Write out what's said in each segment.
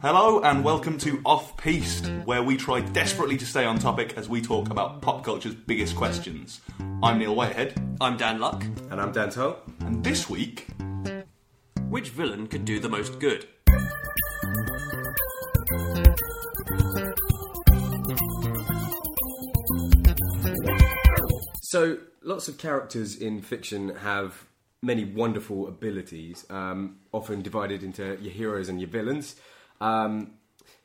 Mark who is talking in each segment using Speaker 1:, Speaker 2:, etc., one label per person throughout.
Speaker 1: Hello and welcome to Off Piste, where we try desperately to stay on topic as we talk about pop culture's biggest questions. I'm Neil Whitehead,
Speaker 2: I'm Dan Luck.
Speaker 3: And I'm Dan Toll.
Speaker 1: and this week,
Speaker 2: Which villain could do the most good?
Speaker 3: So, lots of characters in fiction have many wonderful abilities, um, often divided into your heroes and your villains. Um,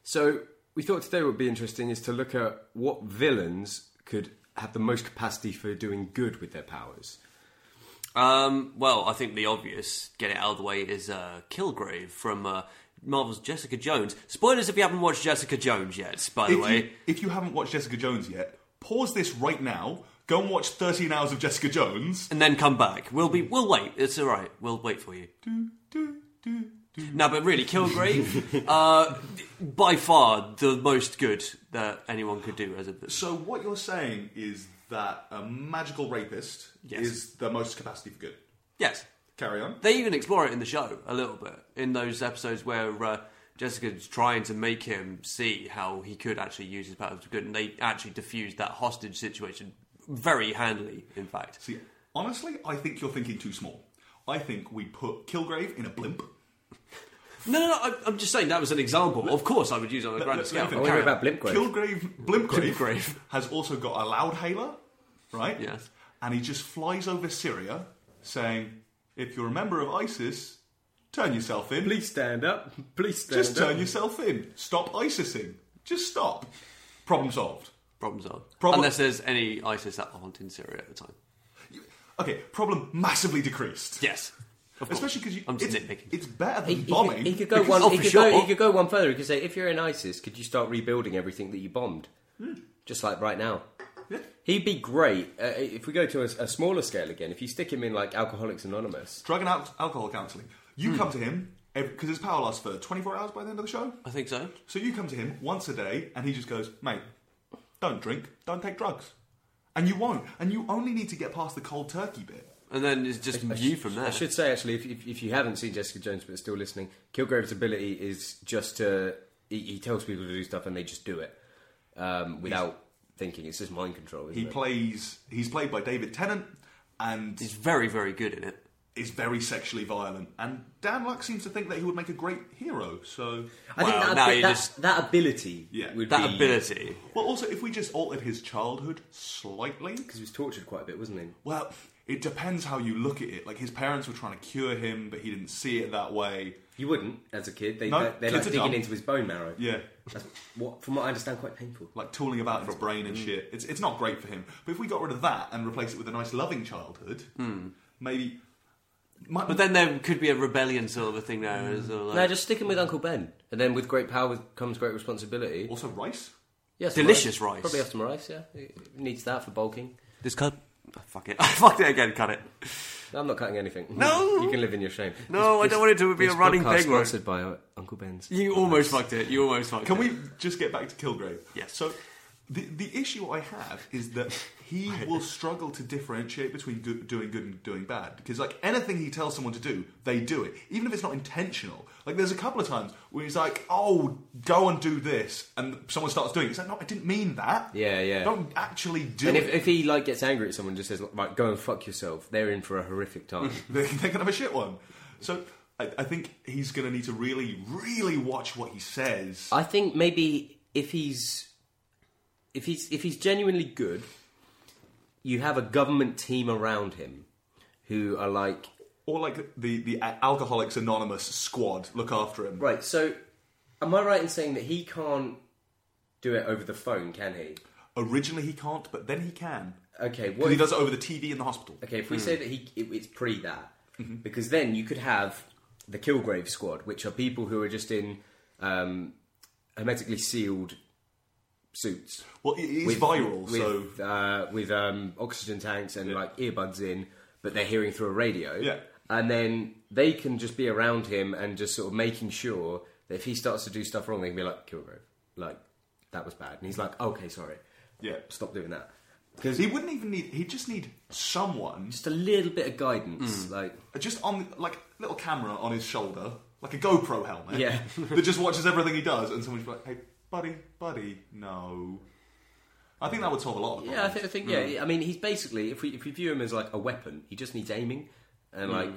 Speaker 3: so, we thought today would be interesting is to look at what villains could have the most capacity for doing good with their powers.
Speaker 2: Um, well, I think the obvious, get it out of the way, is uh, Kilgrave from uh, Marvel's Jessica Jones. Spoilers if you haven't watched Jessica Jones yet, by the
Speaker 1: if
Speaker 2: way.
Speaker 1: you, if you haven't watched Jessica Jones yet, pause this right now, go and watch 13 hours of Jessica Jones.
Speaker 2: And then come back. We'll be. We'll wait. It's all right. We'll wait for you. No, but really, Kilgrave, uh, by far the most good that anyone could do as a.
Speaker 1: So, what you're saying is that a magical rapist
Speaker 2: Yes.
Speaker 1: is the most capacity for good.
Speaker 2: Yes,
Speaker 1: Carry on.
Speaker 2: they even explore it in the show a little bit in those episodes where uh, Jessica's trying to make him see how he could actually use his powers for good, and they actually diffused that hostage situation very handily. In fact,
Speaker 1: See, honestly, I think you're thinking too small. I think we put Kilgrave in a blimp.
Speaker 2: no, no, no. I, I'm just saying that was an example. Of course, I would use it on a grander
Speaker 1: let-
Speaker 2: scale.
Speaker 1: let me
Speaker 3: I
Speaker 1: finish.
Speaker 2: Carry
Speaker 3: wonder
Speaker 2: on.
Speaker 3: about Blimpgrave.
Speaker 1: Kilgrave, Blimpgrave,
Speaker 2: Blimpgrave.
Speaker 1: has also got a loud hailer, right?
Speaker 2: Yes.
Speaker 1: And he just flies over Syria saying, if you're a member of ISIS, turn yourself in.
Speaker 3: Please stand up. Please stand
Speaker 1: just
Speaker 3: up.
Speaker 1: turn yourself in. Stop ISISing. Just stop. Problem solved.
Speaker 2: Problem solved.
Speaker 1: Problem-
Speaker 2: Unless there's any ISIS that aren't in Syria at the time.
Speaker 1: Okay, problem massively decreased.
Speaker 2: Yes, of course.
Speaker 1: Especially because you.
Speaker 2: I'm just
Speaker 1: it's,
Speaker 2: nitpicking.
Speaker 1: it's better
Speaker 3: He,
Speaker 1: than
Speaker 3: he
Speaker 1: bombing.
Speaker 3: could, he could go
Speaker 1: because-
Speaker 3: one.
Speaker 2: oh,
Speaker 3: he,
Speaker 2: for
Speaker 3: could
Speaker 2: sure.
Speaker 3: go, he could go one further. He could say, "If you're in ISIS, could you start rebuilding everything that you bombed,
Speaker 2: Hmm.
Speaker 3: just like right now?" He'd be great uh, if we go to a, a smaller scale again. If you stick him in like Alcoholics Anonymous,
Speaker 1: Drug and al- alcohol counselling. You come to him, because his power lasts for 24 hours by the end of the show.
Speaker 2: I think so.
Speaker 1: So you come to him once a day, and he just goes, mate, don't drink, don't take drugs. And you won't. And you only need to get past the cold turkey bit.
Speaker 2: And then it's just view from there.
Speaker 3: I should say actually, if, if, if you haven't seen Jessica Jones but are still listening, Kilgrave's ability is just to he, he tells people to do stuff and they just do it um, without thinking. It's just mind control. Isn't
Speaker 1: He
Speaker 3: it?
Speaker 1: plays, he's played by David Tennant, and
Speaker 2: He's very, very good in it.
Speaker 1: is very sexually violent. And Dan Luck seems to think that he would make a great hero, so...
Speaker 3: I think
Speaker 2: Wow,
Speaker 3: that,
Speaker 2: now
Speaker 3: abi-
Speaker 2: you
Speaker 3: that,
Speaker 2: just-
Speaker 3: that ability
Speaker 1: Yeah.
Speaker 3: would
Speaker 2: That
Speaker 3: be,
Speaker 2: ability.
Speaker 1: Well, also, if we just altered his childhood slightly...
Speaker 3: because he was tortured quite a bit, wasn't he?
Speaker 1: Well, it depends how you look at it. Like, his parents were trying to cure him, but he didn't see it that way.
Speaker 3: You wouldn't, as a kid. They,
Speaker 1: No,
Speaker 3: they're, they're like
Speaker 1: kids are
Speaker 3: digging
Speaker 1: dumb.
Speaker 3: into his bone marrow.
Speaker 1: Yeah.
Speaker 3: That's what, from what I understand, quite painful.
Speaker 1: like tooling about in his brain
Speaker 3: mm.
Speaker 1: and shit. It's it's not great for him. But if we got rid of that and replaced it with a nice loving childhood,
Speaker 3: Hmm.
Speaker 1: maybe. Might,
Speaker 2: But then there could be a rebellion sort of a thing there as well. like-
Speaker 3: No, just stick him with Uncle Ben, and then with great power comes great responsibility.
Speaker 1: also rice.
Speaker 3: Yeah, some
Speaker 2: Delicious rice.
Speaker 3: Probably have some rice. Yeah, It needs that for bulking.
Speaker 2: This cut. Oh, fuck it. I fucked it again. Cut it.
Speaker 3: No, I'm not cutting anything.
Speaker 2: No!
Speaker 3: you can live in your shame.
Speaker 2: No, I don't want it to be
Speaker 3: this
Speaker 2: a running
Speaker 3: podcast
Speaker 2: thing, right?
Speaker 3: Sponsored by uh, Uncle Ben's.
Speaker 2: You almost fucked it. You almost fucked
Speaker 1: Can
Speaker 2: it.
Speaker 1: we just get back to Kilgrave?
Speaker 2: Yes.
Speaker 1: So the the issue I have is that he will struggle to differentiate between good, doing good and doing bad because like anything he tells someone to do, they do it, even if it's not intentional. Like there's a couple of times where he's like, "Oh, go and do this," and someone starts doing it. It's like, "No, I didn't mean that."
Speaker 3: Yeah, yeah.
Speaker 1: Don't actually do
Speaker 3: And if,
Speaker 1: it.
Speaker 3: if he like gets angry at someone, and just says, "Right, go and fuck yourself." They're in for a horrific time.
Speaker 1: they're, they're gonna have a shit one. So I, I think he's gonna need to really, really watch what he says.
Speaker 3: I think maybe if he's if he's if he's genuinely good, you have a government team around him who are like
Speaker 1: Or like the the Alcoholics Anonymous squad look after him.
Speaker 3: right. So, am I right in saying that he can't do it over the phone? Can he?
Speaker 1: Originally he can't, but then he can.
Speaker 3: Okay.
Speaker 1: But
Speaker 3: What?
Speaker 1: he
Speaker 3: If,
Speaker 1: does it over the TV in the hospital.
Speaker 3: okay. If we say that he it, it's pre that, because then you could have the Kilgrave squad, which are people who are just in um, hermetically sealed suits.
Speaker 1: Well, it is viral, so
Speaker 3: with, uh, with um, oxygen tanks and like earbuds in, but they're hearing through a radio.
Speaker 1: Yeah.
Speaker 3: and then they can just be around him and just sort of making sure that if he starts to do stuff wrong, they can be like Kilgrove, like that was bad, and he's like, okay, sorry,
Speaker 1: yeah.
Speaker 3: stop doing that. Because
Speaker 1: He wouldn't even need. He'd just need someone,
Speaker 3: just a little bit of guidance, like
Speaker 1: just on like little camera on his shoulder, like a GoPro helmet.
Speaker 3: Yeah.
Speaker 1: that just watches everything he does, and someone's like, "Hey, buddy, buddy, no." I think that would solve a lot of
Speaker 3: Yeah, I
Speaker 1: problems.
Speaker 3: think, I think yeah. I mean, he's basically if we if we view him as like a weapon, he just needs aiming, and like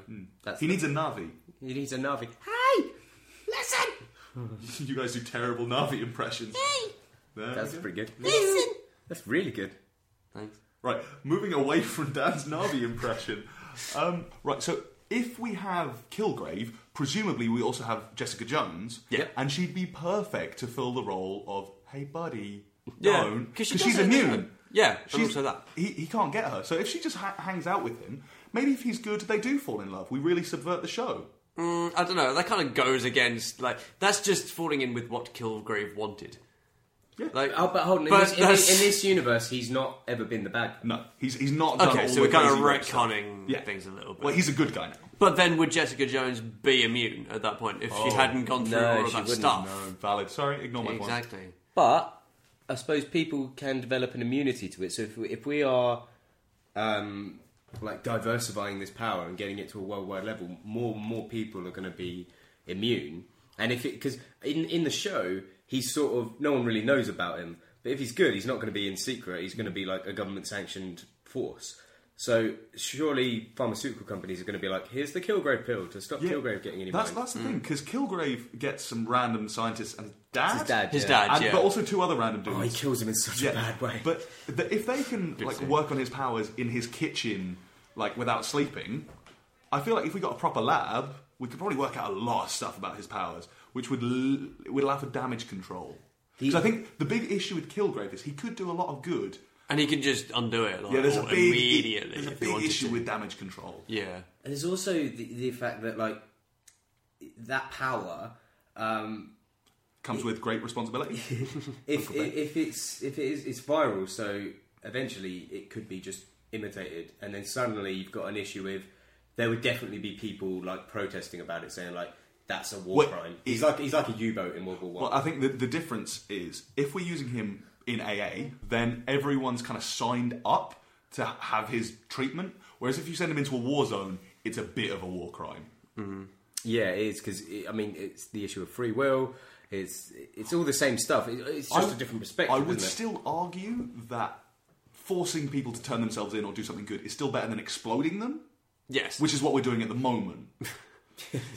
Speaker 3: that's
Speaker 1: he needs a Navi.
Speaker 3: he needs a Navi. Mm. Hey, listen,
Speaker 1: you guys do terrible Navi impressions. There we
Speaker 3: that's
Speaker 1: go.
Speaker 3: pretty good.
Speaker 4: Listen.
Speaker 3: That's really good.
Speaker 2: Thanks.
Speaker 1: Right, moving away from Dan's Navi impression. Um, right, so if we have Kilgrave, presumably we also have Jessica Jones.
Speaker 2: Yeah.
Speaker 1: And she'd be perfect to fill the role of, hey, buddy,
Speaker 2: Yeah,
Speaker 1: don't.
Speaker 2: 'cause she
Speaker 1: Because she's
Speaker 2: doesn't do
Speaker 1: immune.
Speaker 2: it. Yeah, and
Speaker 1: she's,
Speaker 2: also that.
Speaker 1: He, he can't get her. So if she just ha- hangs out with him, maybe if he's good, they do fall in love. We really subvert the show.
Speaker 2: Mm, I don't know. That kind of goes against like that's just falling in with what Kilgrave wanted.
Speaker 1: Yeah.
Speaker 2: Like,
Speaker 3: Oh, but hold on. In,
Speaker 2: But
Speaker 3: this, in,
Speaker 2: that's-
Speaker 3: this, in this universe, he's not ever been the bad. guy.
Speaker 1: No, he's, he's not done
Speaker 2: okay,
Speaker 1: all
Speaker 2: so
Speaker 1: the
Speaker 2: we're kind of
Speaker 1: crazy work stuff.
Speaker 2: retconning
Speaker 1: Yeah.
Speaker 2: things a little bit.
Speaker 1: Well, he's a good guy now.
Speaker 2: but then would Jessica Jones be immune at that point if she hadn't gone through
Speaker 3: no,
Speaker 2: all of
Speaker 3: she
Speaker 2: that
Speaker 3: wouldn't,
Speaker 2: stuff?
Speaker 1: Oh, No, valid. Sorry, ignore my point.
Speaker 2: Um, Exactly.
Speaker 3: But I suppose people can develop an immunity to it. So if we, if we are um, like diversifying this power and getting it to a worldwide level, more and more people are going to be immune. And if because in in the show he's sort of no one really knows about him, but if he's good, he's not going to be in secret. He's going to be like a government sanctioned force. So surely pharmaceutical companies are going to be like, here's the Kilgrave pill to stop
Speaker 1: Yeah,
Speaker 3: Kilgrave getting any
Speaker 1: That's
Speaker 3: money.
Speaker 1: that's the
Speaker 2: Hmm.
Speaker 1: thing because Kilgrave gets some random scientists and his dad,
Speaker 3: his dad,
Speaker 2: His
Speaker 3: yeah.
Speaker 2: dad,
Speaker 1: and,
Speaker 2: yeah.
Speaker 1: but also two other random
Speaker 3: Oh, he
Speaker 1: dudes.
Speaker 3: kills him in such
Speaker 1: yeah,
Speaker 3: a bad way.
Speaker 1: But the, if they can like
Speaker 2: scene.
Speaker 1: work on his powers in his kitchen, like without sleeping, I feel like if we got a proper lab, we could probably work out a lot of stuff about his powers, which would l- it would allow for damage control. Because I think the big issue with Kilgrave is he could do a lot of good.
Speaker 2: And he can just undo it like,
Speaker 1: Yeah, there's a
Speaker 2: or
Speaker 1: big
Speaker 2: immediately
Speaker 1: there's a
Speaker 2: if he
Speaker 1: big
Speaker 2: wanted
Speaker 1: issue
Speaker 2: to.
Speaker 1: with damage control.
Speaker 2: yeah.
Speaker 3: And there's also the, the fact that like that power, um,
Speaker 1: Comes with great responsibility.
Speaker 3: if, if if it's if it is it's viral, so eventually it could be just imitated, and then suddenly you've got an issue with. There would definitely be people like protesting about it, saying like that's a war
Speaker 1: Well,
Speaker 3: crime.
Speaker 1: it-
Speaker 3: He's like he's like a U boat in World War One.
Speaker 1: Well, I think the, the difference is if we're using him in AA, then everyone's kind of signed up to have his treatment. Whereas if you send him into a war zone, it's a bit of a war crime.
Speaker 3: yeah, it is because I mean it's the issue of free will. It's it's all the same stuff. It, it's just
Speaker 1: I-
Speaker 3: a different perspective.
Speaker 1: I would
Speaker 3: isn't it?
Speaker 1: still argue that forcing people to turn themselves in or do something good is still better than exploding them,
Speaker 2: Yes.
Speaker 1: which is what we're doing at the moment.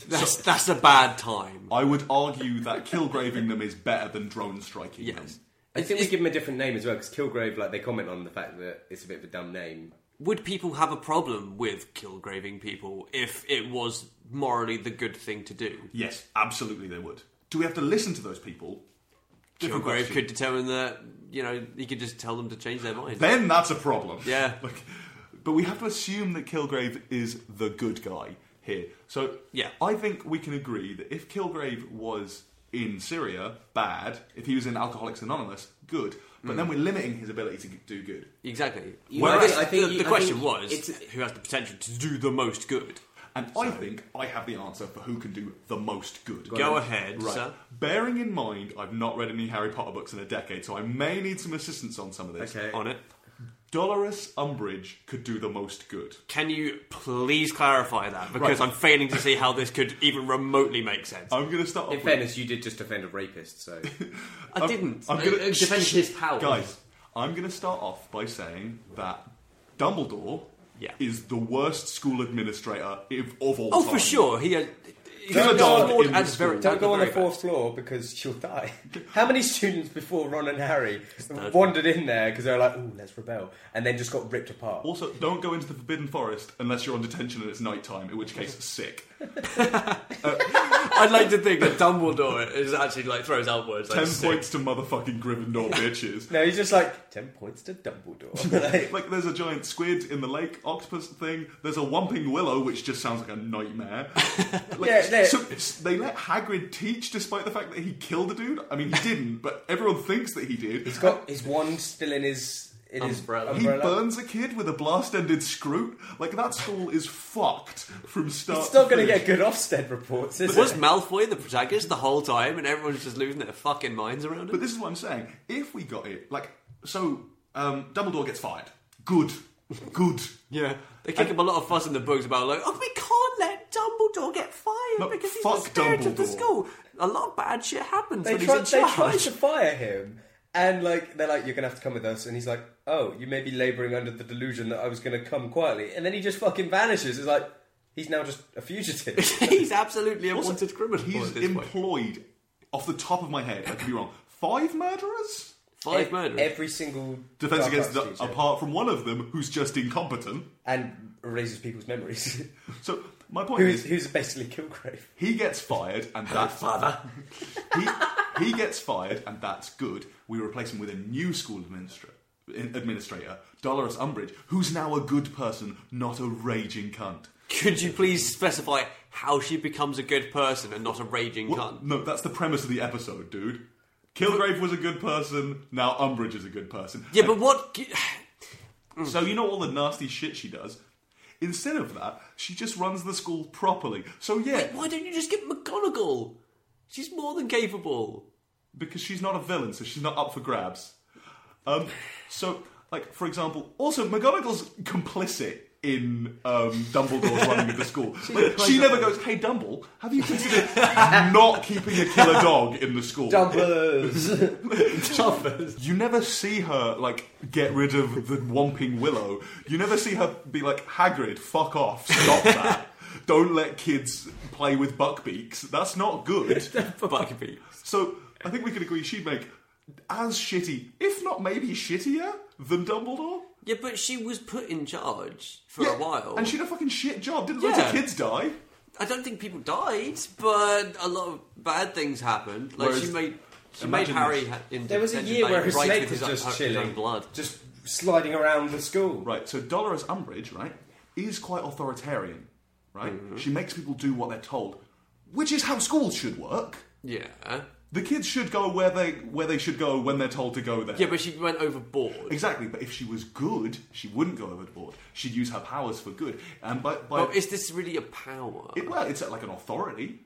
Speaker 2: that's that's a bad time.
Speaker 1: I would argue that killgraving them is better than drone striking them.
Speaker 2: Yes.
Speaker 3: I think we give him a different name as well because Kilgrave, like they comment on the fact that it's a bit of a dumb name.
Speaker 2: Would people have a problem with killgraving people if it was morally the good thing to do?
Speaker 1: Yes, absolutely they would. Do we have to listen to those people? Different
Speaker 2: Kilgrave
Speaker 1: question.
Speaker 2: could determine that, you know, he could just tell them to change their mind.
Speaker 1: then that's a problem.
Speaker 2: Yeah.
Speaker 1: Like, but we have to assume that Kilgrave is the good guy here. So
Speaker 2: Yeah.
Speaker 1: I think we can agree that if Kilgrave was in Syria, bad. If he was in Alcoholics Anonymous, good. But
Speaker 2: Hmm.
Speaker 1: then we're limiting his ability to do good.
Speaker 2: Exactly.
Speaker 3: You-
Speaker 2: Whereas
Speaker 3: I think- I think
Speaker 2: the,
Speaker 3: you-
Speaker 2: the
Speaker 3: I
Speaker 2: question
Speaker 3: think
Speaker 2: was
Speaker 3: it's-
Speaker 2: who has the potential to do the most good?
Speaker 1: And I think I have the answer for who can do the most good.
Speaker 2: Go ahead,
Speaker 1: Right.
Speaker 2: sir.
Speaker 1: Bearing in mind, I've not read any Harry Potter books in a decade, so I may need some assistance on some of this.
Speaker 3: Okay.
Speaker 2: On it.
Speaker 1: Dolores Umbridge could do the most good.
Speaker 2: Can you please clarify that? Because
Speaker 1: Right.
Speaker 2: I'm failing to see how this could even remotely make sense.
Speaker 1: I'm going to start off
Speaker 3: In
Speaker 1: with
Speaker 3: fairness, you did just offend a rapist, so
Speaker 2: I didn't.
Speaker 1: I'm gonna
Speaker 2: I- I defended his power.
Speaker 1: Guys, I'm going to start off by saying that Dumbledore
Speaker 2: Yeah.
Speaker 1: is the worst school administrator if, of all
Speaker 2: Oh,
Speaker 1: time.
Speaker 2: for sure. He had. He's
Speaker 1: Don't
Speaker 2: a
Speaker 1: go on-
Speaker 2: Lord
Speaker 1: in
Speaker 2: at
Speaker 1: the
Speaker 2: the very-
Speaker 1: school.
Speaker 2: at
Speaker 3: don't go on the
Speaker 2: very
Speaker 3: fourth floor because you'll die. How many students before Ron and Harry wandered in there because they were like, "Ooh, let's rebel," and then just got ripped apart?
Speaker 1: Also, don't go into the Forbidden Forest unless you're on detention and it's night time, in which case, sick.
Speaker 2: back. I'd like to think that Dumbledore is actually like throws out words like
Speaker 1: Ten
Speaker 2: sick.
Speaker 1: points to motherfucking Gryffindor bitches.
Speaker 3: No, he's just like ten points to Dumbledore. Like,
Speaker 1: Like, there's a giant squid in the lake, octopus thing. There's a whumping willow, which just sounds like a nightmare. Like,
Speaker 3: Yeah, they-
Speaker 1: so, they let Hagrid teach despite the fact that he killed a dude. I mean, he didn't, but everyone thinks that he did.
Speaker 3: he's got his wand still in his in
Speaker 2: Umbrella.
Speaker 3: his
Speaker 1: He
Speaker 3: umbrella.
Speaker 1: burns a kid with a blast-ended screw. Like that school is fucked from start.
Speaker 3: It's not going to
Speaker 1: finish.
Speaker 3: get good Ofsted reports, is
Speaker 2: Was
Speaker 3: it?
Speaker 2: Malfoy the protagonist the whole time, and everyone's just losing their fucking minds around
Speaker 1: But
Speaker 2: him?
Speaker 1: this is what I'm saying. If we got it, like, so um, Dumbledore gets fired. Good, good.
Speaker 2: yeah, they kick up a lot of fuss in the books about like, oh, we can't let Dumbledore get fired
Speaker 1: Look,
Speaker 2: because he's the
Speaker 1: fuck
Speaker 2: spirit of the
Speaker 1: Dumbledore.
Speaker 2: school? A lot of bad shit happens
Speaker 3: They
Speaker 2: when
Speaker 3: tried,
Speaker 2: he's in
Speaker 3: they tried
Speaker 2: charge.
Speaker 3: to fire him, and like they're like, "You're gonna have to come with us," and he's like, "Oh, you may be labouring under the delusion that I was gonna come quietly," and then he just fucking vanishes. It's like he's now just a fugitive.
Speaker 2: he's absolutely a wanted criminal.
Speaker 1: He's
Speaker 2: at this point.
Speaker 1: employed, off the top of my head, I could be wrong, five murderers?
Speaker 2: Five murderers.
Speaker 3: Every single
Speaker 1: Defense
Speaker 3: Dark
Speaker 1: against
Speaker 3: Arts
Speaker 1: the,
Speaker 3: teacher.
Speaker 1: apart from one of them who's just incompetent.
Speaker 3: and erases people's memories.
Speaker 1: So my point
Speaker 3: who's
Speaker 1: is,
Speaker 3: who's basically Kilgrave?
Speaker 1: he gets fired, and that's
Speaker 2: Father.
Speaker 1: he, he gets fired, and that's good. We replace him with a new school administrator. Administrator Dolores Umbridge, who's now a good person, not a raging cunt.
Speaker 2: Could you please specify how she becomes a good person and not a raging
Speaker 1: Well,
Speaker 2: cunt?
Speaker 1: no, that's the premise of the episode, dude. Kilgrave was a good person. Now Umbridge is a good person.
Speaker 2: Yeah, but what?
Speaker 1: So you know all the nasty shit she does. Instead of that, she just runs the school properly. So yeah,
Speaker 2: Why don't you just get McGonagall? She's more than capable.
Speaker 1: because she's not a villain, so she's not up for grabs. Um, so, like for example, also McGonagall's complicit in um, Dumbledore's running of the school. Like, she never goes, "Hey, Dumble, have you considered not keeping a killer dog in the school?"
Speaker 3: Dumbers.
Speaker 1: You never see her like get rid of the Whomping Willow. You never see her be like, "Hagrid, fuck off, stop that." Don't let kids play with buckbeaks. That's not good.
Speaker 2: Buckbeak.
Speaker 1: So I think we can agree she'd make as shitty, if not maybe shittier, than Dumbledore.
Speaker 2: Yeah, but she was put in charge for a while.
Speaker 1: And she had a fucking shit job. Didn't lots
Speaker 2: Yeah.
Speaker 1: of kids die?
Speaker 2: I don't think people died, but a lot of bad things happened. Like
Speaker 1: Whereas-
Speaker 2: she made she made
Speaker 1: imagine
Speaker 2: Harry
Speaker 1: this.
Speaker 2: ha- in
Speaker 3: There was a
Speaker 2: detention
Speaker 3: year where
Speaker 2: by
Speaker 3: his
Speaker 2: rights
Speaker 3: snake
Speaker 2: with
Speaker 3: was
Speaker 2: his own-
Speaker 3: just
Speaker 2: his own
Speaker 3: chilling,
Speaker 2: blood.
Speaker 3: just sliding around the school.
Speaker 1: Right, so Dolores Umbridge, right, is quite authoritarian, right?
Speaker 2: Mm-hmm.
Speaker 1: She makes people do what they're told, which is how schools should work.
Speaker 2: Yeah,
Speaker 1: The kids should go where they where they should go when they're told to go there.
Speaker 2: yeah, but she went overboard.
Speaker 1: Exactly, but if she was good, she wouldn't go overboard. She'd use her powers for good. And by, by
Speaker 2: But is this really a power?
Speaker 1: it, well, it's like an authority.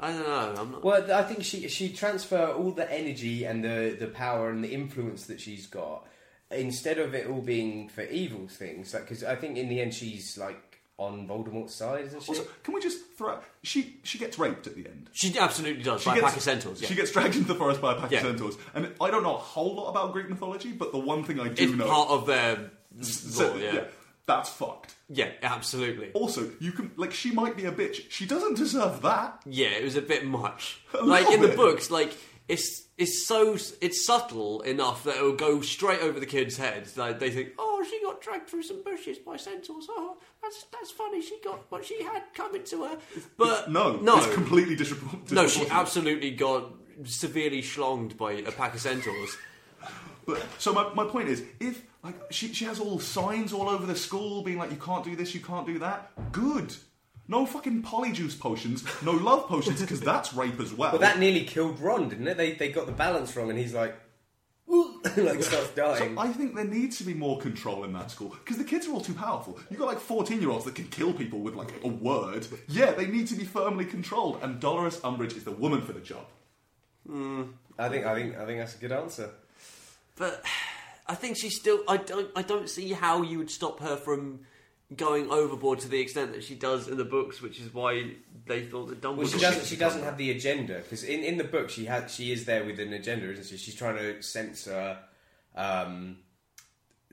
Speaker 2: I don't know. I'm not.
Speaker 3: Well, I think she she transfer all the energy and the the power and the influence that she's got instead of it all being for evil things. Like, because I think in the end she's like on Voldemort's side, isn't she?
Speaker 1: Also, can we just throw out, she she gets raped at the end.
Speaker 2: She absolutely does. by a pack of centaurs. Yeah.
Speaker 1: She gets dragged into the forest by a pack
Speaker 2: Yeah.
Speaker 1: of centaurs. And I don't know a whole lot about Greek mythology, but the one thing I do
Speaker 2: it's
Speaker 1: know
Speaker 2: part of their
Speaker 1: so-
Speaker 2: law. Yeah. yeah,
Speaker 1: that's fucked.
Speaker 2: absolutely.
Speaker 1: Also, you can like she might be a bitch. She doesn't deserve that.
Speaker 2: Yeah, it was a bit much.
Speaker 1: A
Speaker 2: like in
Speaker 1: little
Speaker 2: the
Speaker 1: bit.
Speaker 2: books, like it's it's so it's subtle enough that it'll go straight over the kids' heads. Like they think, oh, she got dragged through some bushes by centaurs. Oh, that's that's funny. She got what she had coming to her. But
Speaker 1: No,
Speaker 2: no,
Speaker 1: it's completely disrepor-
Speaker 2: no. She
Speaker 1: disproportionate.
Speaker 2: absolutely got severely schlonged by a pack of centaurs.
Speaker 1: But so my, my point is, if like she she has all signs all over the school being like you can't do this, you can't do that. Good. No fucking polyjuice potions. No love potions because that's rape as well.
Speaker 3: Well, that nearly killed Ron, didn't it? They they got the balance wrong, and he's like, like starts dying.
Speaker 1: So I think there needs to be more control in that school because the kids are all too powerful. You've got like 14 year olds that can kill people with like a word. Yeah, they need to be firmly controlled, and Dolores Umbridge is the woman for the job.
Speaker 3: I think I think I think that's a good answer.
Speaker 2: but I think she still. I don't. I don't see how you would stop her from going overboard to the extent that she does in the books, which is why they thought that Dumbledore.
Speaker 3: Well, she doesn't. She doesn't have the agenda because in, in the book she has. She is there with an agenda, isn't she? She's trying to censor. Um,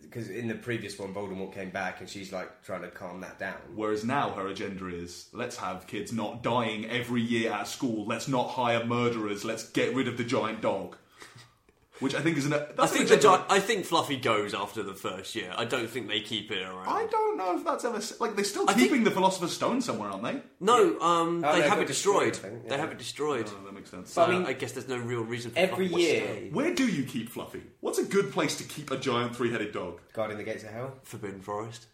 Speaker 3: because in the previous one, Voldemort came back, and she's like trying to calm that down.
Speaker 1: Whereas now her agenda is let's have kids not dying every year at school, let's not hire murderers, let's get rid of the giant dog. Which I think is an. That's
Speaker 2: I
Speaker 1: an
Speaker 2: think the
Speaker 1: agenda-
Speaker 2: Gi- I think Fluffy goes after the first year. I don't think they keep it around.
Speaker 1: I don't know if that's ever. s- Like, they're still
Speaker 2: think-
Speaker 1: keeping the Philosopher's Stone somewhere, aren't they?
Speaker 2: no, um,
Speaker 3: Oh,
Speaker 2: they
Speaker 3: no,
Speaker 2: have
Speaker 3: got
Speaker 2: it destroyed.
Speaker 3: destroyed, I think,
Speaker 2: They
Speaker 3: yeah.
Speaker 2: have it destroyed.
Speaker 1: Oh, that makes sense.
Speaker 2: So
Speaker 3: I mean-
Speaker 2: I guess there's no real reason. for
Speaker 3: Every
Speaker 2: Fluffy to
Speaker 3: year,
Speaker 2: stay.
Speaker 1: Where do you keep Fluffy? What's a good place to keep a giant three headed dog?
Speaker 3: guarding the gates of hell
Speaker 2: Forbidden Forest.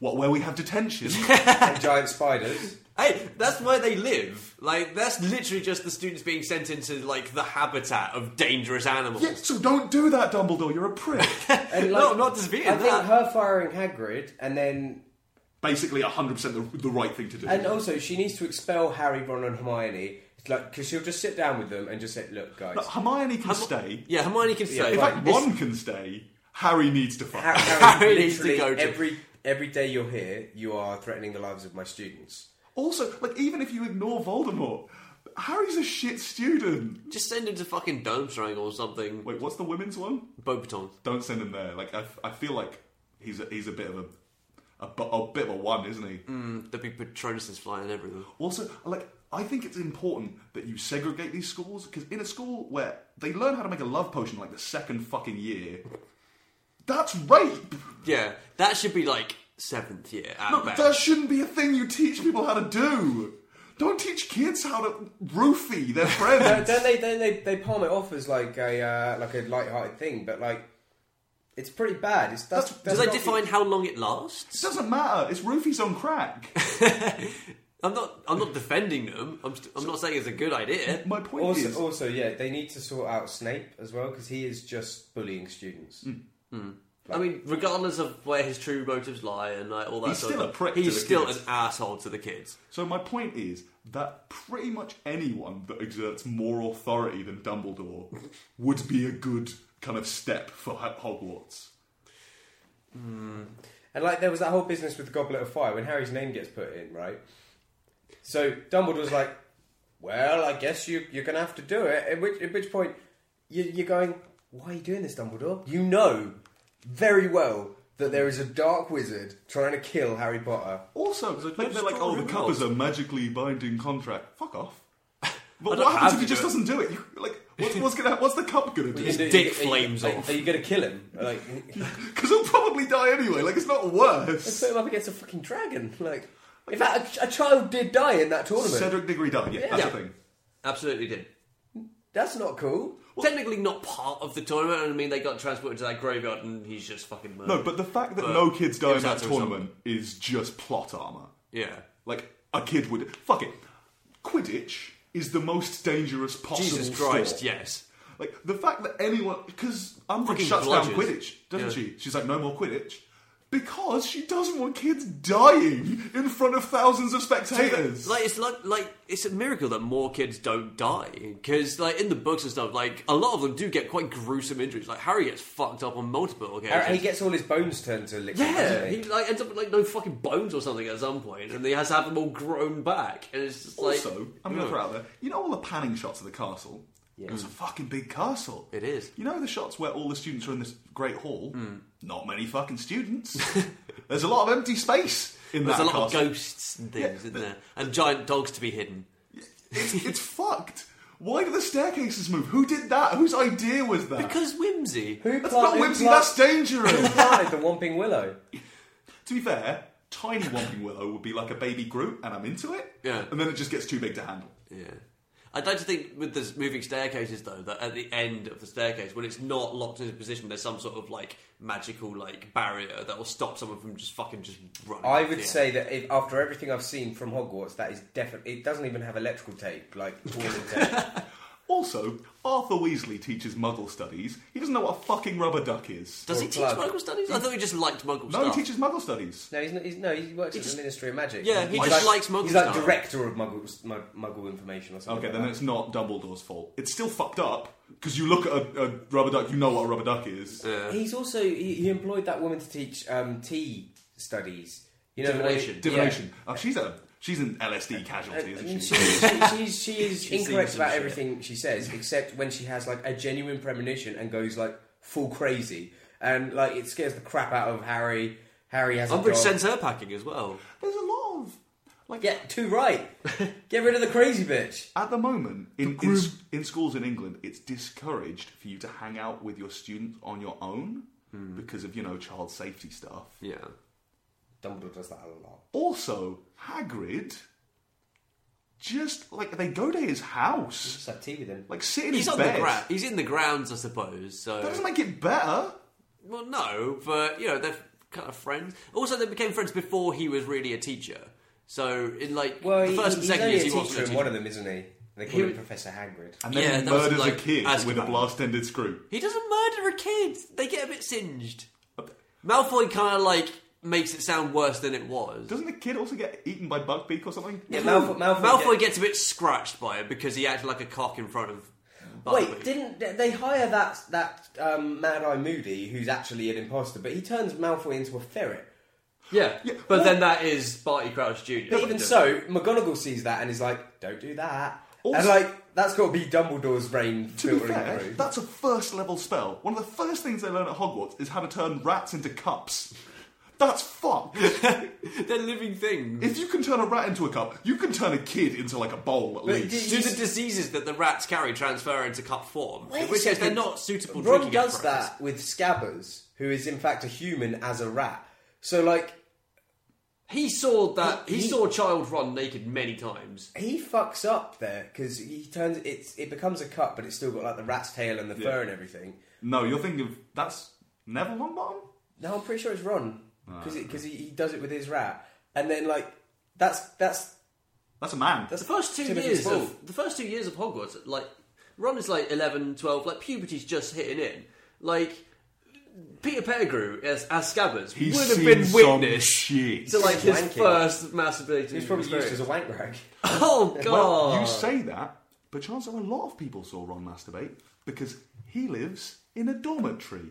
Speaker 1: What, where we have detention?
Speaker 3: and giant spiders.
Speaker 2: Hey, that's where they live. Like, that's literally just the students being sent into like the habitat of dangerous animals.
Speaker 1: Yeah, so don't do that, Dumbledore. You're a prick.
Speaker 3: And
Speaker 2: No, I'm not disputing
Speaker 3: I
Speaker 2: that.
Speaker 3: think her firing Hagrid, and then
Speaker 1: Basically, 100% the, the right thing to do.
Speaker 3: and uh, also she needs to expel Harry, Ron, and Hermione. It's Like, because she'll just sit down with them and just say, "Look, guys,
Speaker 1: But Hermione can stay.
Speaker 2: Yeah, Hermione can stay.
Speaker 1: In
Speaker 3: right.
Speaker 1: fact,
Speaker 3: this-
Speaker 1: Ron can stay. Harry needs to fuck.
Speaker 3: Har- Harry,
Speaker 2: Harry needs to
Speaker 3: literally
Speaker 2: go to-
Speaker 3: every every day you're here, you are threatening the lives of my students.
Speaker 1: Also, like, even if you ignore Voldemort, Harry's a shit student.
Speaker 2: Just send him to fucking Durmstrang or something.
Speaker 1: Wait, what's the women's one?
Speaker 2: Bobaton.
Speaker 1: Don't send him there. Like, I, I feel like he's a, he's a bit of a, a, bu- a bit of a one, isn't he?
Speaker 2: There'd be Patronuses flying everywhere.
Speaker 1: Also, like, I think it's important that you segregate these schools because in a school where they learn how to make a love potion like the second fucking year, that's rape.
Speaker 2: Yeah, that should be like seventh year at
Speaker 1: No,
Speaker 2: best.
Speaker 1: that shouldn't be a thing you teach people how to do. Don't teach kids how to roofie their
Speaker 3: Don't,
Speaker 1: friends.
Speaker 3: don't they, don't they? They palm it off as like a uh, like a light-hearted thing, but like it's pretty bad. It's
Speaker 1: That's-
Speaker 3: that's,
Speaker 2: Do
Speaker 3: that's
Speaker 2: they
Speaker 3: not-
Speaker 2: define how long it lasts?
Speaker 1: it doesn't matter. It's roofies on crack.
Speaker 2: I'm not. I'm not defending them. I'm. St- I'm not saying it's a good idea.
Speaker 1: My point
Speaker 3: Also,
Speaker 1: is,
Speaker 3: also, yeah, they need to sort out Snape as well because he is just bullying students.
Speaker 2: I mean, regardless of where his true motives lie and like all that,
Speaker 1: He's
Speaker 2: sort
Speaker 1: still
Speaker 2: of
Speaker 1: a prick to
Speaker 2: He's
Speaker 1: the
Speaker 2: still
Speaker 1: kids.
Speaker 2: an asshole to the kids.
Speaker 1: so my point is that pretty much anyone that exerts more authority than Dumbledore would be a good kind of step for Ho- Hogwarts.
Speaker 3: And like there was that whole business with the Goblet of Fire when Harry's name gets put in, right? So Dumbledore's like, "Well, I guess you you're gonna have to do it." At which at which point you, you're going, "Why are you doing this, Dumbledore? You know very well that there is a dark wizard trying to kill Harry Potter."
Speaker 1: Also, like, they're like,
Speaker 2: just
Speaker 1: oh, the
Speaker 2: got
Speaker 1: cup
Speaker 2: rid
Speaker 1: is a magically binding contract. Fuck off.
Speaker 2: I
Speaker 1: But
Speaker 2: don't
Speaker 1: what happens
Speaker 2: have
Speaker 1: if
Speaker 2: to
Speaker 1: he just
Speaker 2: do
Speaker 1: doesn't do it? You, like, what's, what's gonna? What's the cup gonna do?
Speaker 2: His dick flames
Speaker 3: are you,
Speaker 2: off.
Speaker 3: Are, you gonna kill him? Like,
Speaker 1: Because he'll probably die anyway. Like, it's not worse.
Speaker 3: put him up against a fucking dragon. Like, in fact, a, a child did die in that tournament.
Speaker 1: Cedric Diggory died. Yeah, that's
Speaker 2: Yeah.
Speaker 1: the thing.
Speaker 2: Absolutely did.
Speaker 3: That's not cool.
Speaker 2: Technically, not part of the tournament. I mean, they got transported to that graveyard, and he's just fucking murdered.
Speaker 1: No, but the fact that
Speaker 2: But
Speaker 1: no kids die
Speaker 2: it
Speaker 1: in
Speaker 2: was
Speaker 1: that
Speaker 2: out to result.
Speaker 1: tournament is just plot armor.
Speaker 2: yeah.
Speaker 1: Like, a kid would. Fuck it. Quidditch is the most dangerous possible.
Speaker 2: Jesus Christ,
Speaker 1: sport.
Speaker 2: yes.
Speaker 1: Like the fact that anyone, because Umbridge
Speaker 2: Fucking
Speaker 1: shuts down
Speaker 2: bludgers.
Speaker 1: Quidditch, doesn't
Speaker 2: Yeah.
Speaker 1: she? She's like, no more Quidditch, because she doesn't want kids dying in front of thousands of spectators.
Speaker 2: Like it's like like it's a miracle that more kids don't die because like in the books and stuff, like a lot of them do get quite gruesome injuries. Like Harry gets fucked up on multiple occasions.
Speaker 3: And he gets all his bones turned to liquid.
Speaker 2: yeah,
Speaker 3: doesn't he?
Speaker 2: he like ends up with like no fucking bones or something at some point, and he has to have them all grown back. And it's just like
Speaker 1: also, I'm going to throw out there. You know all the panning shots of the castle. Yeah. It's a fucking big castle.
Speaker 2: It is. Hmm.
Speaker 1: You know the shots where all the students are in this great hall. Not many fucking students. There's a lot of empty space in
Speaker 2: There's
Speaker 1: that
Speaker 2: a lot
Speaker 1: castle.
Speaker 2: of ghosts and things in there, and giant dogs to be hidden.
Speaker 1: It's, it's fucked. Why do the staircases move? Who did that? Whose idea was that?
Speaker 2: Because whimsy.
Speaker 3: Who
Speaker 1: that's
Speaker 3: plant-
Speaker 1: not
Speaker 3: who
Speaker 1: whimsy.
Speaker 3: plant-
Speaker 1: That's dangerous.
Speaker 3: who planted the Whomping Willow?
Speaker 1: To be fair, tiny Whomping Willow would be like a baby Groot, and I'm into it.
Speaker 2: Yeah.
Speaker 1: And then it just gets too big to handle.
Speaker 2: Yeah. I'd like to think with the moving staircases though that at the end of the staircase, when it's not locked into position, there's some sort of like magical like barrier that will stop someone from just fucking just running.
Speaker 3: I
Speaker 2: off
Speaker 3: would
Speaker 2: the
Speaker 3: say that if, after everything I've seen from Hogwarts, that is definitely. It doesn't even have electrical tape, like warning tape.
Speaker 1: Also, Arthur Weasley teaches Muggle studies. He doesn't know what a fucking rubber duck is.
Speaker 2: Does he
Speaker 3: Or
Speaker 2: teach
Speaker 3: plug.
Speaker 2: Muggle studies? I thought he just liked Muggle
Speaker 1: no,
Speaker 2: stuff.
Speaker 1: he teaches Muggle studies.
Speaker 3: No, he's, not, he's no. He works at
Speaker 2: just-
Speaker 3: the Ministry of Magic.
Speaker 2: Yeah, he
Speaker 3: He's
Speaker 2: just
Speaker 3: like,
Speaker 2: likes Muggle
Speaker 3: He's like
Speaker 2: stuff.
Speaker 3: director of Muggle, Mug- Muggle information or something.
Speaker 1: Okay,
Speaker 3: like
Speaker 1: then
Speaker 3: that.
Speaker 1: it's not Dumbledore's fault. It's still fucked up because you look at a, a rubber duck, you know what a rubber duck is.
Speaker 3: He's also he, he employed that woman to teach um, tea studies. You know,
Speaker 2: Divination.
Speaker 3: like-
Speaker 1: Divination. Oh, she's a she's an LSD
Speaker 3: Yeah.
Speaker 1: casualty,
Speaker 3: And-
Speaker 1: isn't
Speaker 3: and
Speaker 1: she?
Speaker 3: she, she, she's, she is
Speaker 2: She sees
Speaker 3: incorrect
Speaker 2: some
Speaker 3: about
Speaker 2: shit.
Speaker 3: everything she says, except when she has like a genuine premonition and goes like full crazy, and like it scares the crap out of Harry. Harry has a
Speaker 2: Umbridge
Speaker 3: dog.
Speaker 2: sends her packing as well.
Speaker 1: There's a lot of like
Speaker 3: Yeah, too right. Get rid of the crazy bitch.
Speaker 1: At the moment, in, in, s- in schools in England, it's discouraged for you to hang out with your students on your own because of, you know, child safety stuff.
Speaker 2: Yeah.
Speaker 3: Dumbledore does that a lot.
Speaker 1: Also, Hagrid, just like they go to his house,
Speaker 3: Just have tea with him.
Speaker 1: like sit in
Speaker 2: He's
Speaker 1: his
Speaker 2: on
Speaker 1: bed.
Speaker 2: the ground. He's in the grounds, I suppose. So
Speaker 1: That doesn't make it better.
Speaker 2: Well, no, but you know they're kind of friends. Also, they became friends before he was really a teacher. So in like
Speaker 3: Well,
Speaker 2: the
Speaker 3: he,
Speaker 2: first and
Speaker 3: he's
Speaker 2: second
Speaker 3: only
Speaker 2: years,
Speaker 3: a teacher
Speaker 2: he wasn't. a
Speaker 3: in
Speaker 2: teacher.
Speaker 3: one of them, isn't he? They call
Speaker 2: He
Speaker 3: him
Speaker 2: would-
Speaker 3: Professor Hagrid.
Speaker 1: And then
Speaker 2: Yeah,
Speaker 1: he
Speaker 2: that was,
Speaker 1: murders a
Speaker 2: like,
Speaker 1: kid with a
Speaker 2: Azkaban.
Speaker 1: blast-ended screw.
Speaker 2: He doesn't murder a kid. They get a bit singed. Malfoy kind of like makes it sound worse than it was.
Speaker 1: Doesn't the kid also get eaten by Buckbeak or something?
Speaker 3: Yeah, Malfoy, Malfoy,
Speaker 2: Malfoy
Speaker 3: get-
Speaker 2: gets a bit scratched by it because he acted like a cock in front of. Buckbeak.
Speaker 3: Wait, didn't they- they hire that that um, Mad Eye Moody, who's actually an imposter, but he turns Malfoy into a ferret.
Speaker 2: Yeah,
Speaker 1: Yeah,
Speaker 2: but
Speaker 1: or-
Speaker 2: then that is Barty Crouch Junior.
Speaker 3: But even so, McGonagall sees that and is like, "Don't do that."
Speaker 1: Also-
Speaker 3: and like, that's got to be Dumbledore's brain
Speaker 1: To be
Speaker 3: filtering
Speaker 1: fair,
Speaker 3: through.
Speaker 1: that's a first level spell. One of the first things they learn at Hogwarts is how to turn rats into cups. That's fucked.
Speaker 2: they're living things.
Speaker 1: if you can turn a rat into a cup, you can turn a kid into like a bowl at
Speaker 3: But
Speaker 1: least.
Speaker 3: did-
Speaker 2: Do the diseases that the rats carry transfer into cup form?
Speaker 3: Wait
Speaker 2: in
Speaker 3: a
Speaker 2: which case, they're
Speaker 3: second.
Speaker 2: not suitable.
Speaker 3: Ron
Speaker 2: drinking
Speaker 3: does
Speaker 2: apparatus.
Speaker 3: that with Scabbers, who is in fact a human as a rat. So like,
Speaker 2: He saw that. He,
Speaker 3: He-
Speaker 2: saw child Ron naked many times.
Speaker 3: he fucks up there because he turns it's it becomes a cup, but it's still got like the rat's tail and the fur and everything.
Speaker 1: no, you're thinking of that's Neville Longbottom.
Speaker 3: No, I'm pretty sure it's Ron
Speaker 1: Ah,
Speaker 3: because he, he does it with his rat, and then like that's that's
Speaker 1: That's a man.
Speaker 2: The first two
Speaker 3: Timothy's
Speaker 2: years of
Speaker 3: fault.
Speaker 2: the first two years of Hogwarts, like Ron is like 11, 12, like puberty's just hitting in. Like Peter Pettigrew as, as Scabbers
Speaker 1: He's
Speaker 2: would have
Speaker 1: seen
Speaker 2: been
Speaker 1: some
Speaker 2: witness
Speaker 1: shit.
Speaker 2: to like his
Speaker 3: Wanking.
Speaker 2: first masturbating.
Speaker 3: he's probably used as
Speaker 2: experience.
Speaker 3: a wank rag.
Speaker 2: Oh god!
Speaker 1: Well, you say that, but chances are a lot of people saw Ron masturbate because he lives in a dormitory.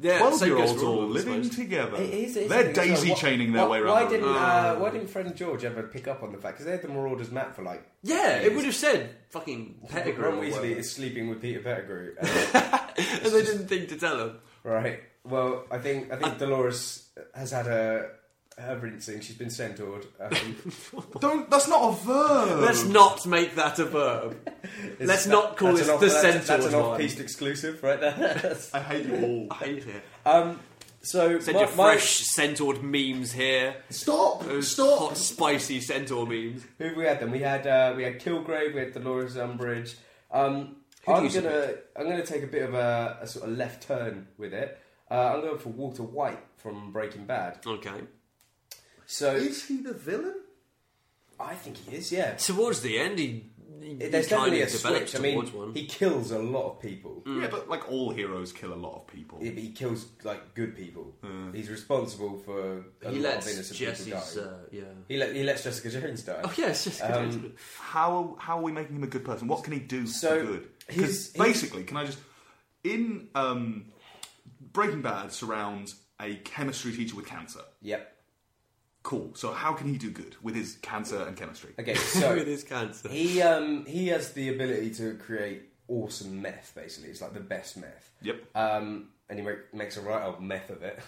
Speaker 2: yeah, same goes
Speaker 1: Twelve-year-olds
Speaker 2: for all
Speaker 1: all
Speaker 2: of them, I
Speaker 1: living
Speaker 2: suppose.
Speaker 1: together.
Speaker 3: It is- it is
Speaker 1: They're
Speaker 3: something as well.
Speaker 1: daisy
Speaker 3: What-
Speaker 1: chaining their
Speaker 3: what-
Speaker 1: way around. Ah.
Speaker 3: Why
Speaker 1: the
Speaker 3: didn't
Speaker 1: room.
Speaker 2: Ah.
Speaker 3: uh, Why didn't Fred and George ever pick up on the fact because they had the Marauders map for like
Speaker 2: Yeah, it would have said fucking Pettigrew.
Speaker 3: Ron
Speaker 2: or whatever.
Speaker 3: Weasley is sleeping with Peter Pettigrew. Uh,
Speaker 2: and they didn't think to tell him.
Speaker 3: Right. Well, I think I
Speaker 2: Uh,
Speaker 3: think Dolores has had a her rinsing. She's been centaured. Um,
Speaker 1: Don't. That's not a verb.
Speaker 2: Let's not make that a verb. Let's not call
Speaker 3: that's
Speaker 2: this
Speaker 3: an off-
Speaker 2: the
Speaker 3: that's, that's
Speaker 2: centaured
Speaker 3: an
Speaker 2: one.
Speaker 3: off-piste exclusive right there.
Speaker 1: I hate you all.
Speaker 2: I hate it.
Speaker 3: um, so
Speaker 2: Send
Speaker 3: my,
Speaker 2: your fresh centaured memes here.
Speaker 1: Stop.
Speaker 2: Those hot, spicy centaur memes.
Speaker 3: My, who we had then? We had uh, we had Kilgrave. We had Dolores Umbridge. Um, I'm gonna I'm gonna take a bit of a, a sort of left turn with it. Uh, I'm going for Walter White from Breaking Bad.
Speaker 2: Okay.
Speaker 3: So
Speaker 1: Is he the villain?
Speaker 3: I think he is. Yeah.
Speaker 2: Towards the end, he, he
Speaker 3: There's
Speaker 2: kind
Speaker 3: definitely
Speaker 2: of
Speaker 3: a
Speaker 2: develops
Speaker 3: switch. I mean,
Speaker 2: towards one. Mm.
Speaker 3: he kills a lot of people.
Speaker 1: Yeah, but like all heroes kill a lot of people.
Speaker 3: Yeah, but he kills like good people. He's responsible for a
Speaker 2: Mm. He
Speaker 3: lot
Speaker 2: lets
Speaker 3: of innocent
Speaker 2: Jesse's,
Speaker 3: people die.
Speaker 2: uh, yeah.
Speaker 3: He, let, he lets Jessica Jones die.
Speaker 2: Oh yeah, it's just
Speaker 3: Um,
Speaker 1: How how are we making him a good person? What can he do
Speaker 3: So,
Speaker 1: for good? Because
Speaker 3: his-
Speaker 1: basically, can I just in um, Breaking Bad surrounds a chemistry teacher with cancer.
Speaker 3: Yep.
Speaker 1: Cool. So how can he do good with his cancer and chemistry?
Speaker 3: Okay,
Speaker 2: with
Speaker 3: so
Speaker 2: his cancer.
Speaker 3: he um he has the ability to create awesome meth. Basically, it's like the best meth.
Speaker 1: Yep.
Speaker 3: Um, and he make, makes a right old meth of it.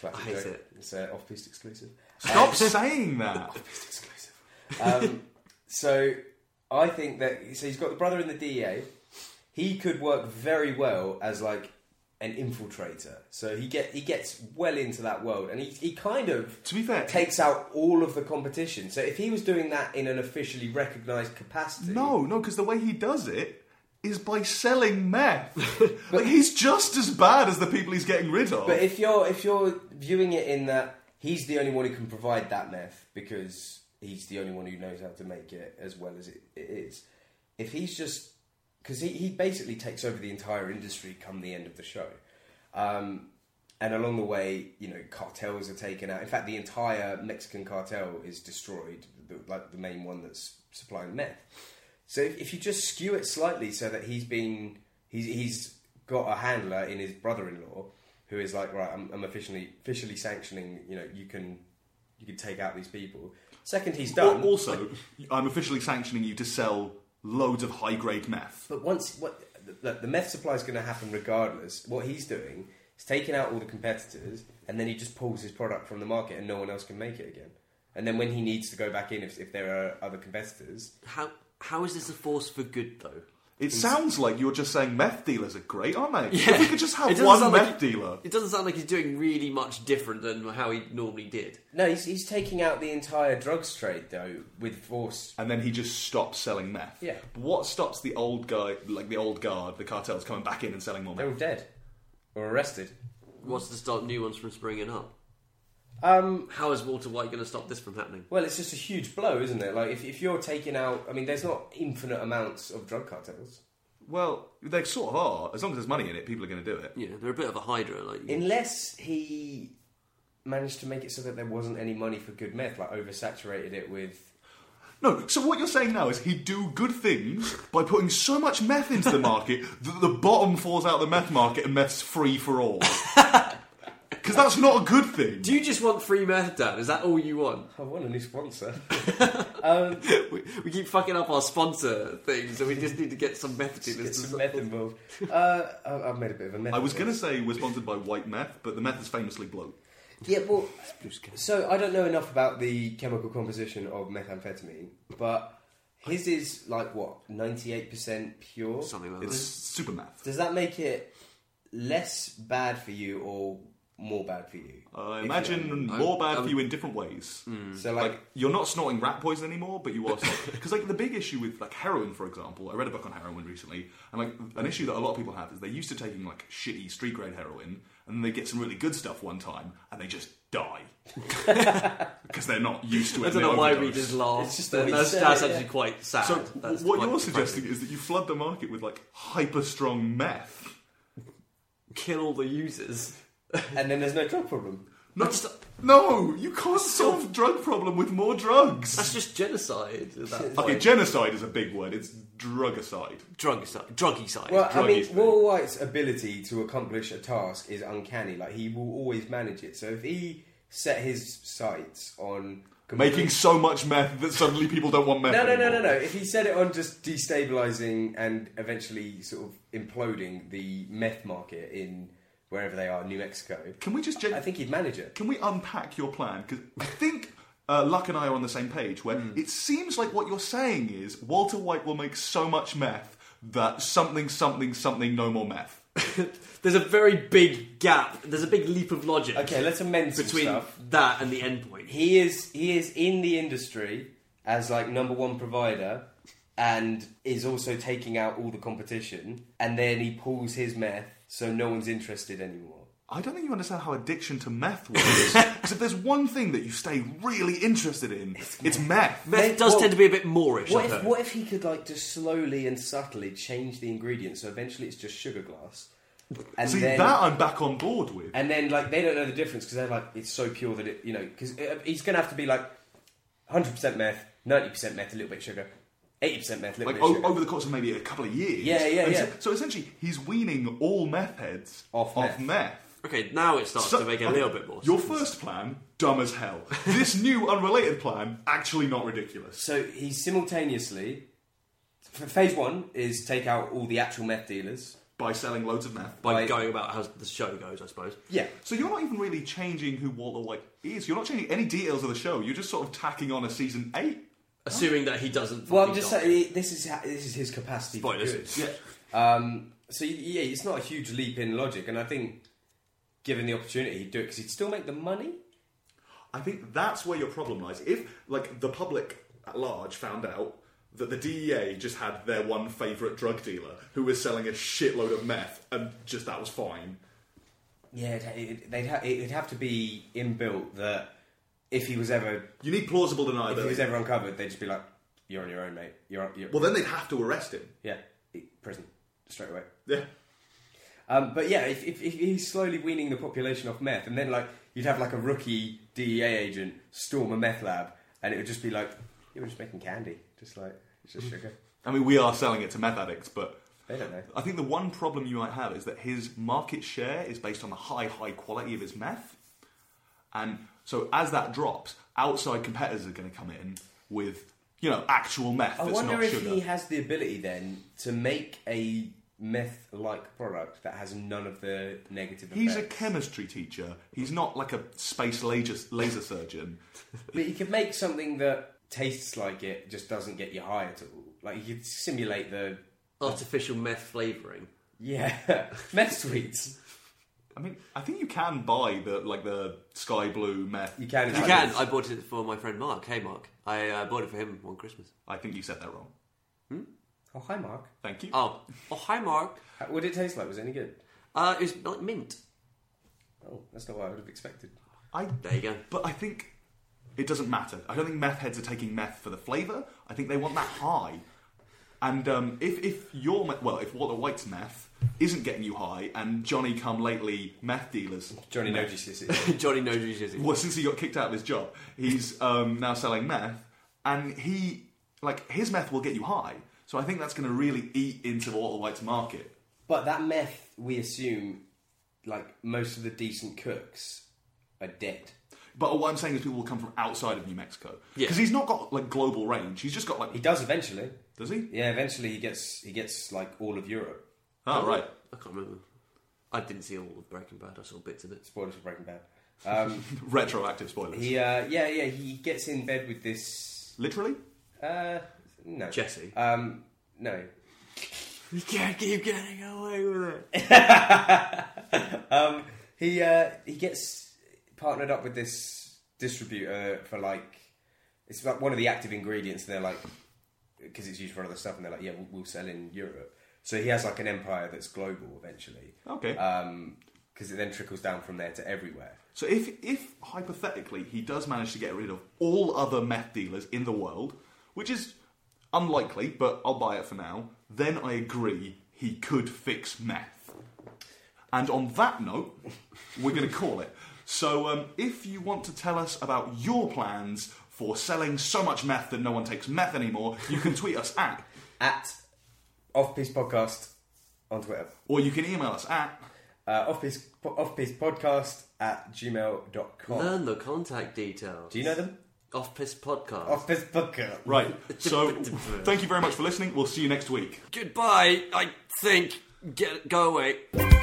Speaker 3: Classic
Speaker 2: I hate
Speaker 3: joke.
Speaker 2: it.
Speaker 3: It's uh, off-piste exclusive.
Speaker 1: Stop saying that.
Speaker 3: It's exclusive. Um, so I think that so he's got the brother in the DEA. He could work very well as like an infiltrator. So he get he gets well into that world, and he he kind of
Speaker 1: To be fair,
Speaker 3: takes out all of the competition. So if he was doing that in an officially recognised capacity,
Speaker 1: no, no, because the way he does it is by selling meth. like he's just as bad as the people he's getting rid of.
Speaker 3: But if you're if you're viewing it in that he's the only one who can provide that meth because he's the only one who knows how to make it as well as it, it is. If he's just because he, he basically takes over the entire industry come the end of the show, um, and along the way, you know, cartels are taken out. In fact, the entire Mexican cartel is destroyed, the, like the main one that's supplying meth. So if, if you just skew it slightly so that he's been he's, he's got a handler in his brother-in-law who is like right I'm, I'm officially officially sanctioning you know you can you can take out these people. Second he's
Speaker 1: Al-
Speaker 3: done.
Speaker 1: also, I'm officially sanctioning you to sell loads of high grade meth.
Speaker 3: But once what the, the meth supply is going to happen regardless. What he's doing is taking out all the competitors, and then he just pulls his product from the market, and no one else can make it again. And then when he needs to go back in, if, if there are other competitors,
Speaker 2: How how is this a force for good though?
Speaker 1: It sounds like you're just saying meth dealers are great, aren't they?
Speaker 2: Yeah.
Speaker 1: If we could just
Speaker 2: It
Speaker 1: have
Speaker 2: doesn't
Speaker 1: one
Speaker 2: sound
Speaker 1: meth
Speaker 2: like it-
Speaker 1: dealer.
Speaker 2: It doesn't sound like he's doing really much different than how he normally did.
Speaker 3: no, he's, he's taking out the entire drugs trade though with force.
Speaker 1: And then he just stops selling meth.
Speaker 3: Yeah.
Speaker 1: But what stops the old guy, like the old guard, the cartels coming back in and selling more
Speaker 3: They're all
Speaker 1: meth?
Speaker 3: dead or arrested.
Speaker 2: What's to stop new ones from springing up?
Speaker 3: Um,
Speaker 2: How is Walter White going to stop this from happening?
Speaker 3: well, it's just a huge blow, isn't it? Like if, if you're taking out, I mean, there's not infinite amounts of drug cartels.
Speaker 1: Well, they sort of are. As long as there's money in it, people are going to do it.
Speaker 2: You know, they're a bit of a hydra. Like
Speaker 3: Unless he managed to make it so that there wasn't any money for good meth, like oversaturated it with.
Speaker 1: No, so what you're saying now is he'd do good things by putting so much meth into the market that the bottom falls out of the meth market and meth's free for all. because that's not a good thing.
Speaker 2: Do you just want free metadata? Is that all you want?
Speaker 3: I want a new sponsor.
Speaker 2: We, we keep fucking up our sponsor things, so we just need to get some metadata.
Speaker 3: Get some
Speaker 2: to-
Speaker 3: meth involved. Uh, I- I've made a bit of a meth.
Speaker 1: I was
Speaker 3: of it.
Speaker 1: going to say we're sponsored by white meth, but the meth is famously bloat.
Speaker 3: Yeah, well, so I don't know enough about the chemical composition of methamphetamine, but his is like what ninety eight percent pure.
Speaker 2: Something like
Speaker 1: It's
Speaker 2: that.
Speaker 1: super meth.
Speaker 3: Does that make it less bad for you or more bad for you?
Speaker 1: I
Speaker 3: If you
Speaker 1: Uh, imagine
Speaker 3: know.
Speaker 1: more bad
Speaker 2: I
Speaker 1: for you in different ways.
Speaker 3: So
Speaker 1: Like,
Speaker 3: like,
Speaker 1: you're not snorting rat poison anymore, but you are because like the big issue with like heroin, for example. I read a book on heroin recently, and like an issue that a lot of people have is they're used to taking like shitty street grade heroin, and then they get some really good stuff one time, and they just die because they're not used to it.
Speaker 2: I
Speaker 1: and
Speaker 2: don't
Speaker 1: they
Speaker 2: know why we
Speaker 1: overdose.
Speaker 2: just laugh.
Speaker 3: It's just the way you
Speaker 2: that's
Speaker 3: say
Speaker 2: that's
Speaker 3: it, yeah.
Speaker 2: actually quite sad.
Speaker 1: So
Speaker 2: That's
Speaker 1: what
Speaker 2: quite
Speaker 1: you're
Speaker 2: depressing.
Speaker 1: suggesting is that you flood the market with like hyper strong meth.
Speaker 2: Kill all the users.
Speaker 3: and then there's no drug problem.
Speaker 1: No, no, you can't solve drug problem with more drugs.
Speaker 2: That's just genocide. at that point.
Speaker 1: Okay, genocide is a big word. It's drugicide.
Speaker 3: Mm-hmm.
Speaker 2: druggy side. Druggy side.
Speaker 3: Well, I
Speaker 1: drug
Speaker 3: mean,
Speaker 1: use, mate.
Speaker 3: Will White's ability to accomplish a task is uncanny. Like he will always manage it. So if he set his sights on
Speaker 1: Making so much meth that suddenly people don't want meth.
Speaker 3: No, no, no, no,
Speaker 1: anymore.
Speaker 3: no. If he said it on just destabilizing and eventually sort of imploding the meth market in wherever they are, New Mexico,
Speaker 1: Can we just gen-
Speaker 3: I think he'd manage it.
Speaker 1: can we unpack your plan? Because I think uh, Luck and I are on the same page. Where
Speaker 3: Mm.
Speaker 1: it seems like what you're saying is Walter White will make so much meth that something, something, something, no more meth.
Speaker 2: There's a very big gap. There's a big leap of logic
Speaker 3: Okay, let's amend some
Speaker 2: between
Speaker 3: stuff.
Speaker 2: that and the end point.
Speaker 3: He is he is in the industry as like number one provider and is also taking out all the competition and then he pulls his meth so no one's interested anymore.
Speaker 1: I don't think you understand how addiction to meth works. Because if there's one thing that you stay really interested in, it's, meth.
Speaker 2: Meth does
Speaker 3: well,
Speaker 2: tend to be a bit Moorish.
Speaker 3: What
Speaker 2: I've
Speaker 3: if,
Speaker 2: heard.
Speaker 3: what if he could like just slowly and subtly change the ingredients so eventually it's just sugar glass? And
Speaker 1: See,
Speaker 3: then,
Speaker 1: that I'm back on board with.
Speaker 3: And then like they don't know the difference because they're like it's so pure that it you know because he's going to have to be like 100% meth, 90% meth, a little bit sugar, 80% meth, a little
Speaker 1: Like
Speaker 3: bit
Speaker 1: o-
Speaker 3: sugar.
Speaker 1: over the course of maybe a couple of years.
Speaker 3: Yeah, yeah,
Speaker 1: And
Speaker 3: yeah.
Speaker 1: So, so essentially, he's weaning all meth heads
Speaker 3: Off meth.
Speaker 2: Okay, now it starts
Speaker 1: So-
Speaker 2: to make a
Speaker 1: okay,
Speaker 2: little bit more
Speaker 1: Your
Speaker 2: sense.
Speaker 1: first plan, dumb as hell. this new unrelated plan, actually not ridiculous.
Speaker 3: So he's simultaneously f- phase one is take out all the actual meth dealers.
Speaker 1: By selling loads of meth.
Speaker 2: by
Speaker 3: like-
Speaker 2: going about how the show goes, I suppose.
Speaker 3: Yeah,
Speaker 1: So you're not even really changing who Walter White is. You're not changing any details of the show. You're just sort of tacking on a season eight.
Speaker 2: Assuming that he doesn't.
Speaker 3: well, I'm
Speaker 2: fucking
Speaker 3: just
Speaker 2: die.
Speaker 3: saying i- this is ha- this is his capacity. for
Speaker 2: Spoilers.
Speaker 3: good.
Speaker 1: Yeah.
Speaker 3: Um, so y- yeah, it's not a huge leap in logic, and I think given the opportunity, he'd do it because he'd still make the money.
Speaker 1: I think that's where your problem lies. If like the public at large found out that the DEA just had their one favourite drug dealer who was selling a shitload of meth and just that was fine.
Speaker 3: Yeah, it, it, they'd ha- it'd have to be inbuilt that if he was ever
Speaker 1: You need plausible
Speaker 3: if he
Speaker 1: deniability.
Speaker 3: was ever uncovered, they'd just be like, "You're on your own, mate. You're, on- you're
Speaker 1: Well, then they'd have to arrest him.
Speaker 3: yeah, i- prison straight away."
Speaker 1: Yeah.
Speaker 3: Um, but yeah, if, if, if he's slowly weaning the population off meth, and then like you'd have like a rookie DEA agent storm a meth lab, and it would just be like, "You were just making candy, just like it's just sugar."
Speaker 1: I mean, we are selling it to meth addicts, but
Speaker 3: They don't know.
Speaker 1: I think the one problem you might have is that his market share is based on the high, high quality of his meth. And so as that drops, outside competitors are going to come in with, you know, actual meth
Speaker 3: I
Speaker 1: that's
Speaker 3: wonder
Speaker 1: not
Speaker 3: if
Speaker 1: sugar.
Speaker 3: he has the ability then to make a meth-like product that has none of the negative.
Speaker 1: He's a
Speaker 3: effects.
Speaker 1: chemistry teacher. He's not like a space laser, laser surgeon.
Speaker 3: But you could make something that tastes like it, just doesn't get you high at all. Like you could simulate the
Speaker 2: Artificial meth flavoring.
Speaker 3: yeah meth sweets.
Speaker 1: I mean, I think you can buy the like the sky blue meth.
Speaker 3: You can.
Speaker 2: You can. I bought it for my friend Mark. Hey, Mark. I uh, bought it for him on Christmas.
Speaker 1: I think you said that wrong.
Speaker 3: Oh hi, Mark.
Speaker 1: Thank you.
Speaker 2: Oh, oh, hi, Mark.
Speaker 3: How- What did it taste like? Was it any good?
Speaker 2: Uh, it was like mint.
Speaker 3: Oh, that's not what I would have expected.
Speaker 1: I
Speaker 2: There you go.
Speaker 1: But I think it doesn't matter. I don't think meth heads are taking meth for the flavour. I think they want that high. And um, if if your me- well, if Walter White's meth isn't getting you high, and Johnny come lately meth dealers,
Speaker 3: Johnny
Speaker 1: meth,
Speaker 3: Noji Sissy.
Speaker 2: Johnny knows who's using.
Speaker 1: well, since he got kicked out of his job, he's um, now selling meth, and he like his meth will get you high. So I think that's going to really eat into Walter White's market.
Speaker 3: But that meth, we assume, like most of the decent cooks are dead.
Speaker 1: But what I'm saying is, people will come from outside of New Mexico
Speaker 2: Yeah.
Speaker 1: because he's not got like global range. He's just got like,
Speaker 3: He does eventually.
Speaker 1: does he?
Speaker 3: Yeah, eventually he gets he gets like all of Europe.
Speaker 1: Oh right.
Speaker 2: I can't remember. I didn't see all of Breaking Bad. I saw bits of it.
Speaker 3: Spoilers for Breaking Bad. Um,
Speaker 1: Retroactive spoilers.
Speaker 3: he uh, yeah yeah he gets in bed with this
Speaker 1: Literally.
Speaker 3: uh, no
Speaker 2: Jesse.
Speaker 3: Um, no.
Speaker 2: You can't keep getting away with it.
Speaker 3: Um, he uh, he gets partnered up with this distributor for like it's like one of the active ingredients. And they're like because it's used for other stuff, and they're like, yeah, we'll, we'll sell in Europe. So he has like an empire that's global eventually.
Speaker 1: Okay.
Speaker 3: Um, because it then trickles down from there to everywhere.
Speaker 1: So if if hypothetically he does manage to get rid of all other meth dealers in the world, which is unlikely, but I'll buy it for now, then I agree he could fix meth. And on that note, we're going to call it. So um, if you want to tell us about your plans for selling so much meth that no one takes meth anymore, you can tweet us at,
Speaker 3: At Off Piece Podcast on Twitter.
Speaker 1: or you can email us at.
Speaker 3: Uh, off Piece Off Piece Podcast at gmail.com.
Speaker 2: Learn the contact details.
Speaker 3: Do you know them?
Speaker 2: Off Piss Podcast.
Speaker 3: Off Piece Podcast.
Speaker 1: Right, so thank you very much for listening. We'll see you next week.
Speaker 2: Goodbye, I think. Get, go away.